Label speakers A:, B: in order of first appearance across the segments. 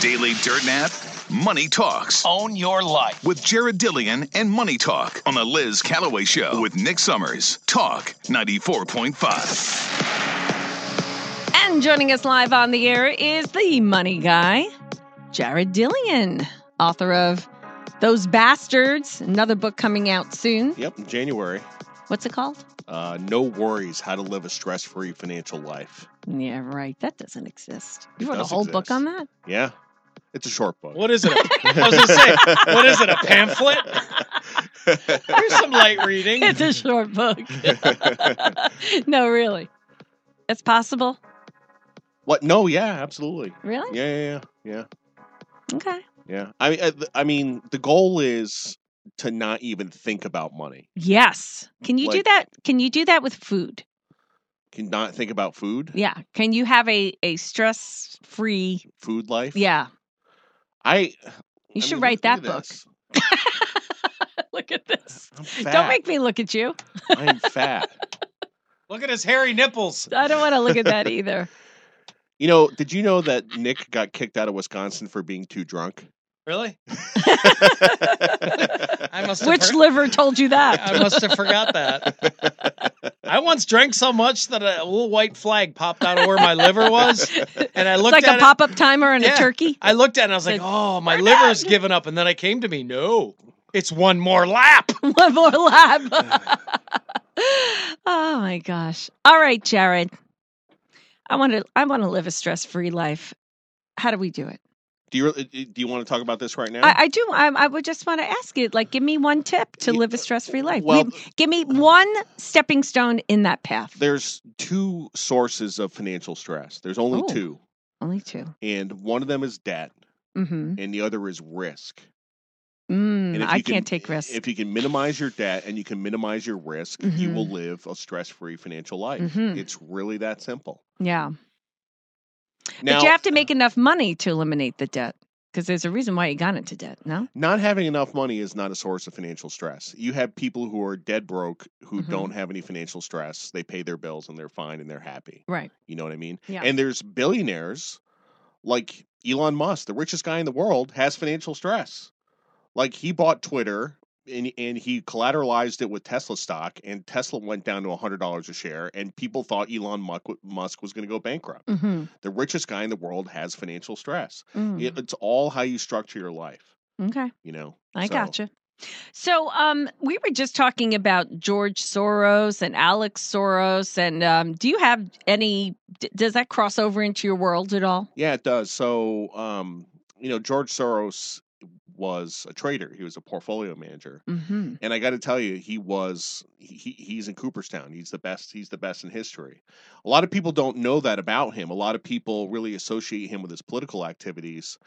A: Daily Dirt Nap, Money Talks
B: Own your life.
A: with Jared Dillion and Money Talk on the Liz Calloway Show with Nick Summers. Talk 94.5.
C: And joining us live on the air is the money guy, Jared Dillion, author of Those Bastards, another book coming out soon.
D: Yep, in January.
C: What's it called?
D: Uh, no worries: How to Live a Stress-Free Financial Life.
C: Yeah, right. That doesn't exist. You
D: It
C: wrote a
D: does
C: whole book
D: exist.
C: on that?
D: Yeah, it's a short book.
E: What is it? I was gonna say, what is it? A pamphlet? Here's some light reading.
C: It's a short book. no, really. It's possible.
D: What? No, yeah, absolutely.
C: Really?
D: Yeah, yeah, yeah, yeah.
C: Okay.
D: yeah. I mean, I, th- I mean, the goal is to not even think about money.
C: Yes. Can you do
D: Like-
C: that? Can you do that with food?
D: Can not think about food,
C: Yeah. Can you have a, a stress free?
D: food life.
C: Yeah.
D: I.
C: You
D: I
C: should
D: mean,
C: write
D: look- look
C: that
D: at
C: book.
D: this.
C: Look at this.
D: I'm fat.
C: Don't make me look at you.
D: I'm fat.
E: Look at his hairy nipples.
C: I don't want to look at that either.
D: You know? Did you know that Nick got kicked out of Wisconsin for being too drunk?
E: Really? I must. Have
C: Which
E: heard-
C: liver told you that?
E: I must have forgot that. I once drank so much that a little white flag popped out of where my liver was, and I
C: It's
E: looked
C: like
E: at
C: a
E: it.
C: pop up timer and a
E: Yeah.
C: turkey.
E: I looked at it and I was like,
C: Said,
E: "Oh, my
C: "We're
E: liver's
C: done."
E: given up." And then I came to me, "No, it's one more lap."
C: One more lap. oh my gosh. All right, Jared. I want to I want to live a stress free life. How do we do it?
D: Do you really- eh, do you want to talk about this right now?
C: I, I do. I, I would just want to ask you, like, give me one tip to
D: Yeah,
C: live a stress free life.
D: well-
C: Give- give me one stepping stone in that path.
D: there's two sources of financial stress. There's only
C: Oh.
D: two,
C: Only 2
D: and one of them is debt,
C: Mm-hmm.
D: and the other is risk. And
C: Mm,
D: if
C: I
D: you can-
C: can't take risks.
D: If you can minimize your debt and you can minimize your risk, you will
C: Mhm.
D: live a stress-free financial life.
C: Mhm.
D: It's really that simple.
C: yeah.
D: Now,
C: but you have to make enough money to eliminate the debt because there's a reason why you got into debt. No,
D: not having enough money is not a source of financial stress. You have people who are dead broke who
C: Mhm.
D: don't have any financial stress. They pay their bills and they're fine and they're happy.
C: right?
D: You know what I mean?
C: Yeah.
D: And there's billionaires like Elon Musk, the richest guy in the world, has financial stress. Like he bought Twitter and and he collateralized it with Tesla stock, and Tesla went down to hundred dollars a share, and people thought Elon Musk Musk was going to go bankrupt.
C: hmm
D: The richest guy in the world has financial stress.
C: Mm-hmm.
D: It- it's all how you structure your life.
C: Mm. okay,
D: You know.
C: I
D: So,
C: gotcha. So, um, we were just talking about George Soros and Alex Soros, and um, do you have any? D- does that cross over into your world at all?
D: Yeah, it does. So, um, you know, George Soros was a trader. He was a portfolio manager.
C: Mm-hmm.
D: and I got to tell you, he was he, he- he's in Cooperstown. He's the best. He's the best in history. A lot of people don't know that about him. A lot of people really associate him with his political activities,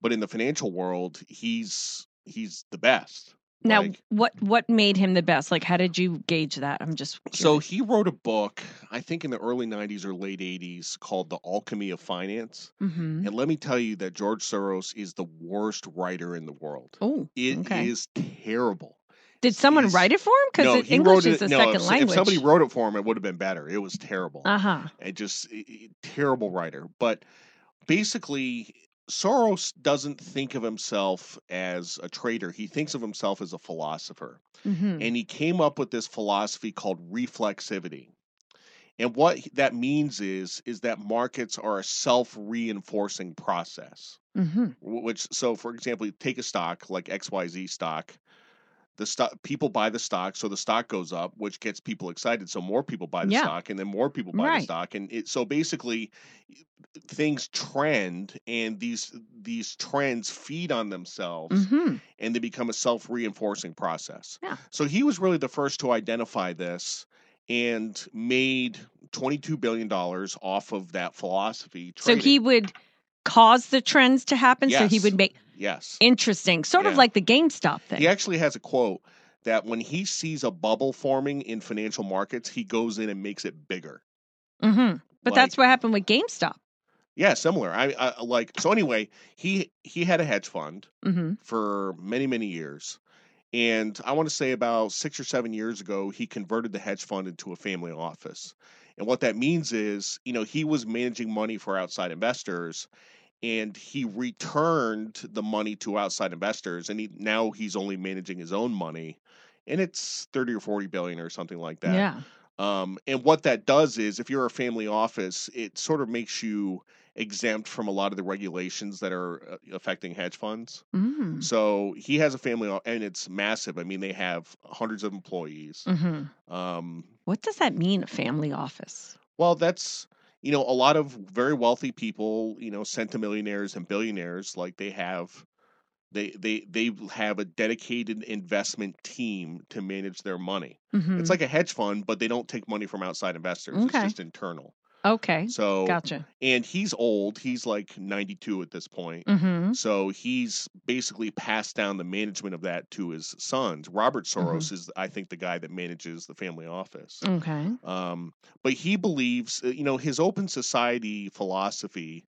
D: but in the financial world, he's he's the best.
C: Now,
D: Like-
C: what what made him the best? Like, how did you gauge that? I'm just
D: So
C: curious.
D: he wrote a book, I think in the early 90s or late 80s called The Alchemy of Finance.
C: Mhm.
D: And let me tell you that George Soros is the worst writer in the world.
C: Oh,
D: It is
C: okay.
D: terrible.
C: did someone
D: he's-
C: write it for him?
D: no,
C: Because
D: he
C: English
D: wrote
C: is
D: it-
C: a
D: no,
C: second
D: if, s-
C: language.
D: If somebody wrote it for him, it would have been better. It was terrible.
C: uh huh.
D: It just i- i- terrible writer. But basically, Soros doesn't think of himself as a trader. He thinks of himself as a philosopher,
C: hmm
D: and he came up with this philosophy called reflexivity. And what he- that means is is that markets are a self-reinforcing process
C: hmm
D: wh- which so for example you take a stock like xyz stock the stock people buy the stock so the stock goes up which gets people excited so more people buy the
C: Yeah.
D: stock and then more people buy
C: Right.
D: the stock and it, so basically y- things trend and these these trends feed on themselves
C: hmm
D: and they become a self-reinforcing process
C: Yeah.
D: so he was really the first to identify this and made 22 billion dollars off of that philosophy
C: So
D: trading.
C: he would cause the trends to happen. So he
D: Yes.
C: would make
D: yes
C: interesting, sort of
D: Yeah.
C: like the GameStop thing.
D: He actually has a quote that when he sees a bubble forming in financial markets, he goes in and makes it bigger.
C: hmm But that's
D: Like-
C: what happened with GameStop.
D: yeah, similar. I, I like so anyway. He he had a hedge fund
C: hmm
D: for many many years, and I want to say about six or seven years ago, he converted the hedge fund into a family office. And what that means is, you know, he was managing money for outside investors, and he returned the money to outside investors and he now he's only managing his own money and it's 30 or 40 billion or something like that
C: yeah.
D: um, and what that does is, if you're a family office, it sort of makes you exempt from a lot of the regulations that are uh, affecting hedge funds.
C: Mm.
D: So he has a family, o- and it's massive. I mean, they have hundreds of employees.
C: hmm
D: Um,
C: What does that mean, a family office?
D: well, that's you know a lot of very wealthy people, you know, centimillionaires and billionaires, like they have. They, they they have a dedicated investment team to manage their money.
C: Mhm.
D: It's like a hedge fund, but they don't take money from outside investors.
C: Okay.
D: It's just internal.
C: okay,
D: So
C: gotcha.
D: and he's old. He's like 92 at this point.
C: hmm
D: So he's basically passed down the management of that to his sons. Robert Soros is, I think, the guy that manages the family office.
C: Okay.
D: Um, but he believes, uh, you know, his open society philosophy,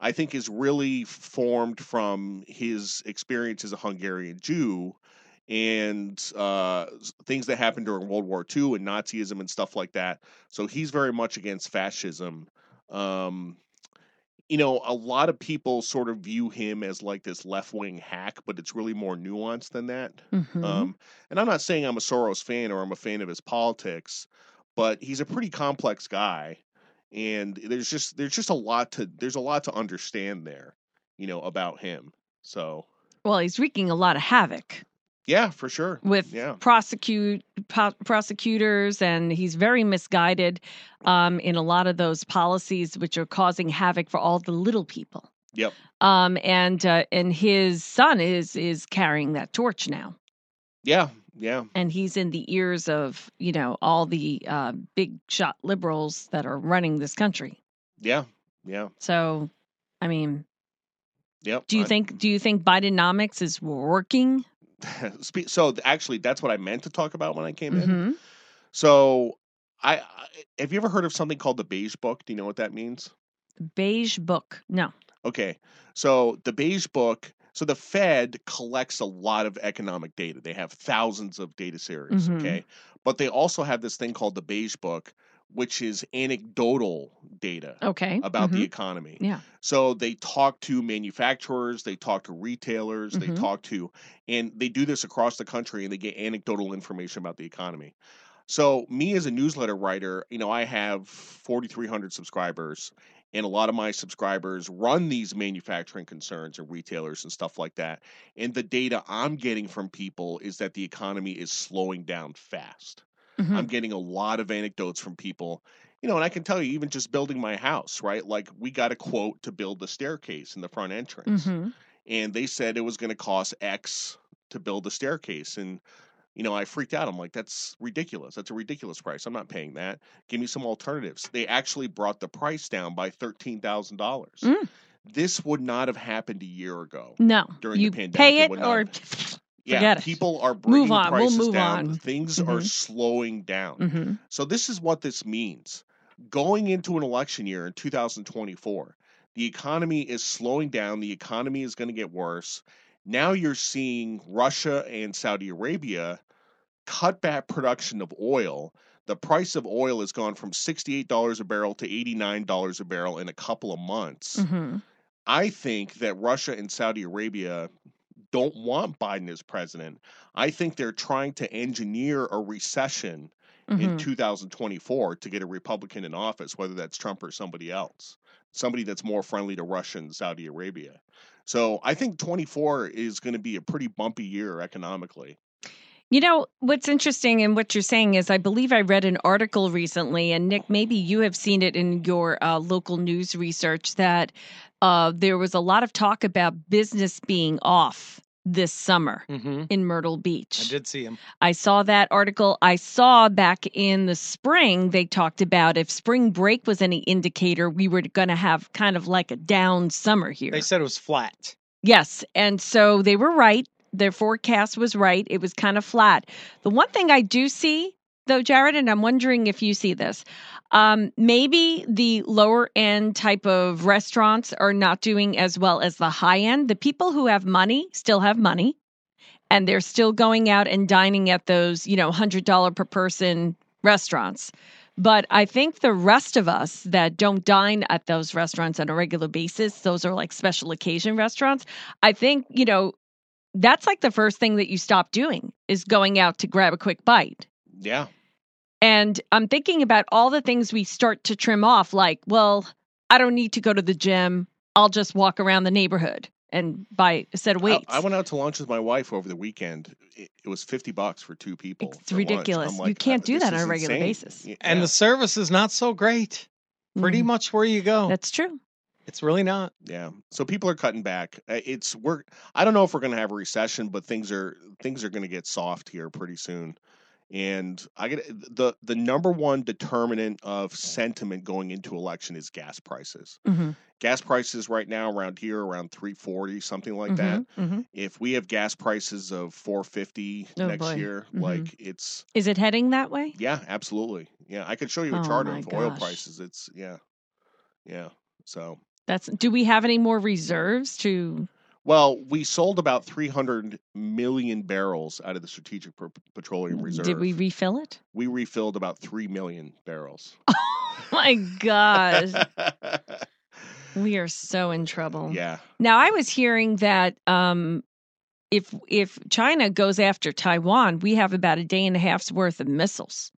D: I think, is really formed from his experience as a Hungarian Jew and uh, s- things that happened during World War II and Nazism and stuff like that. So he's very much against fascism. Um, you know, a lot of people sort of view him as like this left wing hack, but it's really more nuanced than that.
C: hmm
D: Um, and I'm not saying I'm a Soros fan or I'm a fan of his politics, but he's a pretty complex guy, and there's just there's just a lot to there's a lot to understand there, you know, about him. So
C: well, he's wreaking a lot of havoc
D: yeah, for sure.
C: with
D: yeah,
C: prosecute po- prosecutors, and he's very misguided um, in a lot of those policies, which are causing havoc for all the little people.
D: yep,
C: Um, and uh, and his son is is carrying that torch now,
D: yeah, yeah,
C: and he's in the ears of you know all the uh, big shot liberals that are running this country.
D: yeah, yeah,
C: So, I mean,
D: yep.
C: do you
D: I-
C: think do you think Bidenomics is working?
D: spe- so? th- Actually, that's what I meant to talk about when I came in.
C: Mhm.
D: So I, I have you ever heard of something called the Beige Book? Do you know what that means?
C: Beige book, no.
D: Okay. So the Beige Book, so the Fed collects a lot of economic data. They have thousands of data series,
C: Mhm.
D: okay? But they also have this thing called the Beige Book, which is anecdotal data
C: Okay.
D: about the
C: Mhm.
D: economy.
C: Yeah.
D: So they talk to manufacturers, they talk to retailers,
C: Mhm.
D: they talk to, and they do this across the country and they get anecdotal information about the economy. So, me as a newsletter writer, you know, I have 4,300 subscribers, and a lot of my subscribers run these manufacturing concerns and retailers and stuff like that. And the data I'm getting from people is that the economy is slowing down fast.
C: Mhm.
D: I'm getting a lot of anecdotes from people, you know, and I can tell you, even just building my house, right? Like we got a quote to build the staircase in the front entrance,
C: Mhm.
D: and they said it was going to cost X to build the staircase, and you know, I freaked out. I'm like, that's ridiculous. That's a ridiculous price. I'm not paying that. Give me some alternatives. They actually brought the price down by thirteen thousand dollars.
C: Mm.
D: This would not have happened a year ago.
C: No.
D: during the
C: you
D: pandemic,
C: pay
D: it
C: it
D: would not
C: or
D: Yeah,
C: Forget it.
D: people are bringing
C: on. We'll
D: prices
C: move
D: down.
C: on.
D: Things are
C: Mhm.
D: slowing down.
C: Mhm.
D: So this is what this means. Going into an election year in 2024, the economy is slowing down, the economy is going to get worse. Now you're seeing Russia and Saudi Arabia cut back production of oil. The price of oil has gone from $68 a barrel to $89 a barrel in a couple of months.
C: Mhm.
D: I think that Russia and Saudi Arabia don't want Biden as president. I think they're trying to engineer a recession in
C: Mhm.
D: 2024 to get a Republican in office, whether that's Trump or somebody else, somebody that's more friendly to Russia and Saudi Arabia. So I think 24 is going to be a pretty bumpy year economically.
C: You know, what's interesting in what you're saying is I believe I read an article recently, and Nick, maybe you have seen it in your uh, local news research that uh, there was a lot of talk about business being off this summer
E: Mm-hmm.
C: in Myrtle Beach.
E: I did see him.
C: I saw that article. I saw back in the spring, they talked about if spring break was any indicator, we were going to have kind of like a down summer here.
E: They said it was flat.
C: Yes. And so they were right. Their forecast was right. It was kind of flat. The one thing I do see, though, Jared, and I'm wondering if you see this, um, maybe the lower end type of restaurants are not doing as well as the high end. The people who have money still have money and they're still going out and dining at those, you know, $100 per person restaurants. But I think the rest of us that don't dine at those restaurants on a regular basis, those are like special occasion restaurants. I think, you know, that's like the first thing that you stop doing is going out to grab a quick bite.
D: Yeah.
C: And I'm thinking about all the things we start to trim off, like, well, I don't need to go to the gym. I'll just walk around the neighborhood and buy a set of weights.
D: I, I went out to lunch with my wife over the weekend. It, it was 50 bucks for two people.
C: It's
D: for lunch.
C: ridiculous.
D: I'm
C: You
D: like,
C: can't
D: uh,
C: do
D: this
C: that on a
D: is
C: regular
D: insane.
C: basis.
D: Y-
E: And
D: yeah.
E: the service is not so great. Pretty
C: Mhm.
E: much where you go.
C: That's true.
E: it's really not.
D: Yeah. So people are cutting back. Uh, It's we're I don't know if we're going to have a recession, but things are things are going to get soft here pretty soon. And I get eh, the the number one determinant of sentiment going into election is gas prices.
C: hmm
D: Gas prices right now around here around 340 something
C: Mm-hmm.
D: like that. If we have gas prices of 450
C: Oh,
D: next
C: boy.
D: year,
C: Mhm.
D: like it's
C: Is it heading that way?
D: yeah, absolutely. Yeah, I could show you a
C: Oh
D: chart
C: my
D: of oil
C: gosh.
D: prices. It's yeah. Yeah. So
C: That's. Do we have any more reserves to?
D: Well, we sold about 300 million barrels out of the Strategic Pe- Petroleum Reserve.
C: Mm, Did we refill it?
D: We refilled about 3 million barrels.
C: Oh my gosh, we are so in trouble.
D: yeah.
C: Now I was hearing that um, if if China goes after Taiwan, we have about a day and a half's worth of missiles.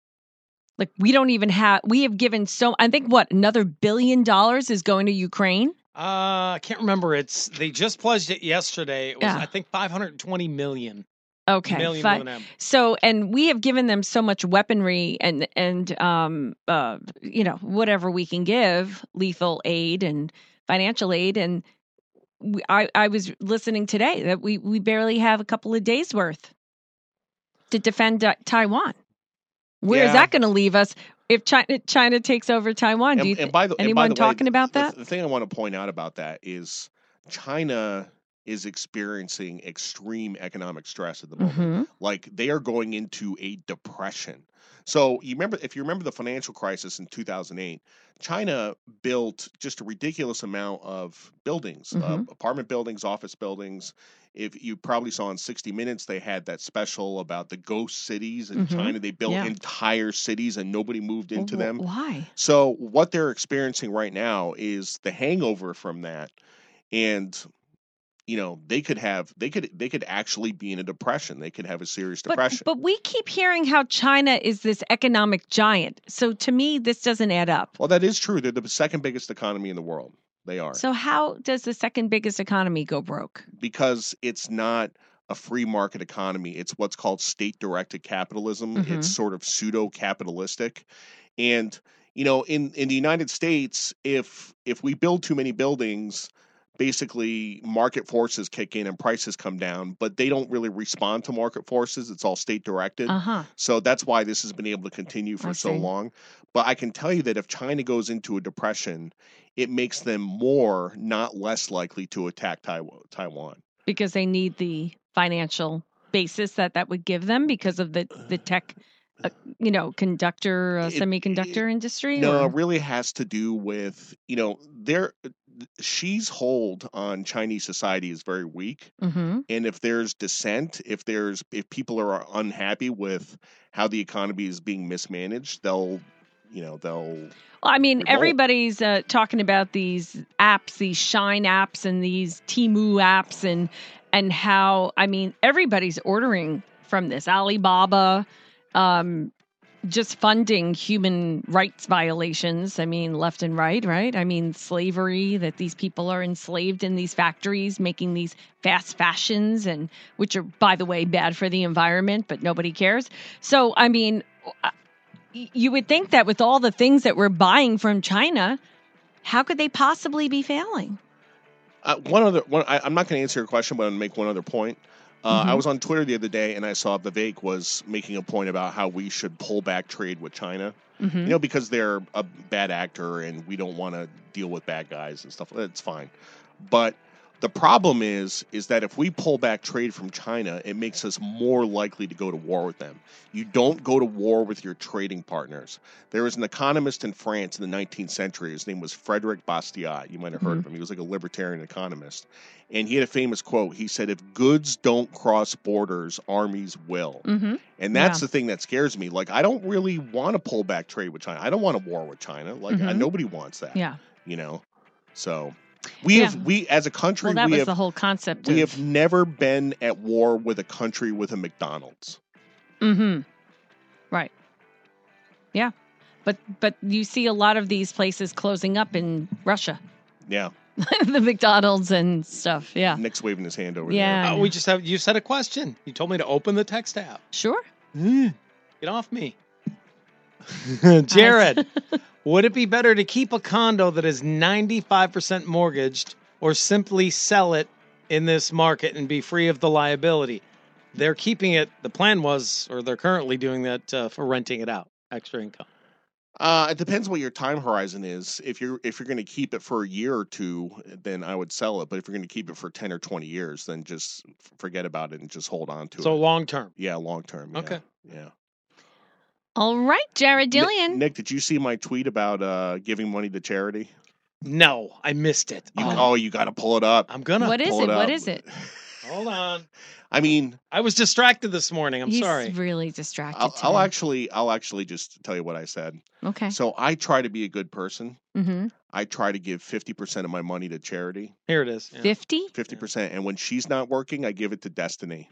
C: Like we don't even have. We have given so. I think what another billion dollars is going to Ukraine.
E: Uh, I can't remember. It's they just pledged it yesterday. It was
C: Yeah.
E: I think 520 million.
C: Okay,
E: Million
C: fi-
E: with an M.
C: So, and we have given them so much weaponry and and um uh you know whatever we can give lethal aid and financial aid and we, I I was listening today that we we barely have a couple of days worth to defend uh, Taiwan. Where is
D: Yeah.
C: that going to leave us if China China takes over Taiwan? Do you think
D: by the,
C: anyone
D: the way,
C: talking about
D: the-
C: that?
D: The thing I want to point out about that is China is experiencing extreme economic stress at the moment.
C: Mhm.
D: like they are going into a depression. So you remember if you remember the financial crisis in 2008, China built just a ridiculous amount of buildings, uh,
C: Mhm.
D: apartment buildings, office buildings. If you probably saw in 60 Minutes, they had that special about the ghost cities in
C: Mhm.
D: China. They built
C: Yeah. Oh,
D: entire cities and nobody moved into
C: Wh-
D: them.
C: Why?
D: So what they're experiencing right now is the hangover from that, and you know they could have they could they could actually be in a depression. They could have a serious depression.
C: But, but we keep hearing how China is this economic giant. So to me, this doesn't add up.
D: well, that is true. They're the second biggest economy in the world. They are
C: So how does the second biggest economy go broke?
D: because it's not a free market economy. It's what's called state directed capitalism.
C: Mhm.
D: It's sort of pseudo capitalistic, and you know in in the United States, if if we build too many buildings. Basically, market forces kick in and prices come down, but they don't really respond to market forces. It's all state directed.
C: Uh huh.
D: So that's why this has been able to continue for
C: I
D: so
C: see.
D: long. But I can tell you that if China goes into a depression, it makes them more, not less likely to attack Taiwan. Taiwan.
C: Because they need the financial basis that that would give them because of the the tech, uh, you know, conductor uh,
D: It-
C: semiconductor industry.
D: No,
C: or-
D: it really has to do with, you know, their she's hold on Chinese society is very weak.
C: Mhm.
D: And if there's dissent, if there's if people are unhappy with how the economy is being mismanaged, they'll you know, they'll
C: Well, I mean,
D: Revolt.
C: everybody's uh, talking about these apps, these Shine apps, and these Timu apps, and and how I mean, everybody's ordering from this Alibaba, um, just funding human rights violations. I mean, left and right, right? I mean, slavery that these people are enslaved in these factories, making these fast fashions, and which are, by the way, bad for the environment, but nobody cares. So, I mean, y- you would think that with all the things that we're buying from China, how could they possibly be failing?
D: Uh, one other one. I, I'm not going to answer your question, but I'm going to make one other point. Uh, I
C: Mhm.
D: was on Twitter the other day, and I saw Vivek was making a point about how we should pull back trade with China.
C: Mm-hmm.
D: You know, because they're a bad actor, and we don't want to deal with bad guys and stuff. That's fine, but The problem is is that if we pull back trade from China, it makes us more likely to go to war with them. You don't go to war with your trading partners. There was an economist in France in the 19th century. His name was Frederick Bastiat. You might have heard of him. He was like a libertarian economist. And he had a famous quote. He said, If goods don't cross borders, armies will.
C: Mm-hmm.
D: And that's
C: Yeah.
D: the thing that scares me. Like, I don't really want to pull back trade with China. I don't want a war with China. Like, I,
C: Mhm.
D: nobody wants that.
C: Yeah.
D: You know, so we
C: Yeah.
D: have we as a country
C: Well, that
D: we
C: was
D: have
C: the whole concept.
D: we
C: of,
D: have never been at war with a country with a McDonald's.
C: Mm-hmm. Right. Yeah. But but you see a lot of these places closing up in Russia,
D: Yeah,
C: the McDonald's and stuff. Yeah.
D: Nick's waving his hand over
C: Yeah.
E: Oh, we just have you said a question. You told me to open the text app.
C: Sure. Hmm.
E: Get off me. Jared, would it be better to keep a condo that is 95% mortgaged or simply sell it in this market and be free of the liability? They're keeping it, the plan was, or they're currently doing that uh, for renting it out, extra income.
D: there. Uh, it depends what your time horizon is. If you're if you're going to keep it for a year or two, then I would sell it. But if you're going to keep it for ten or twenty years, then just f- forget about it and just hold on to
E: So
D: it.
E: long term.
D: yeah, long term. yeah,
E: Okay.
D: Yeah.
C: All right, Jared
D: Nick-
C: Dillion.
D: Nick, did you see my tweet about uh, giving money to charity?
E: No, I missed it.
D: You,
E: Oh,
D: oh. you got to pull it up.
E: I'm gonna
C: What is
D: pull
C: it?
D: it
C: What
D: up.
C: is it?
E: hold on.
D: I mean,
E: I was distracted this morning. I'm
C: He's
E: sorry.
C: really distracted.
D: I'll, I'll
C: today.
D: actually, I'll actually just tell you what I said.
C: Okay.
D: So I try to be a good person.
C: Mm-hmm.
D: I try to give fifty percent of my money to charity,
E: Here it is. Yeah.
C: Fifty.
D: fifty percent, and when she's not working, I give it to Destiny.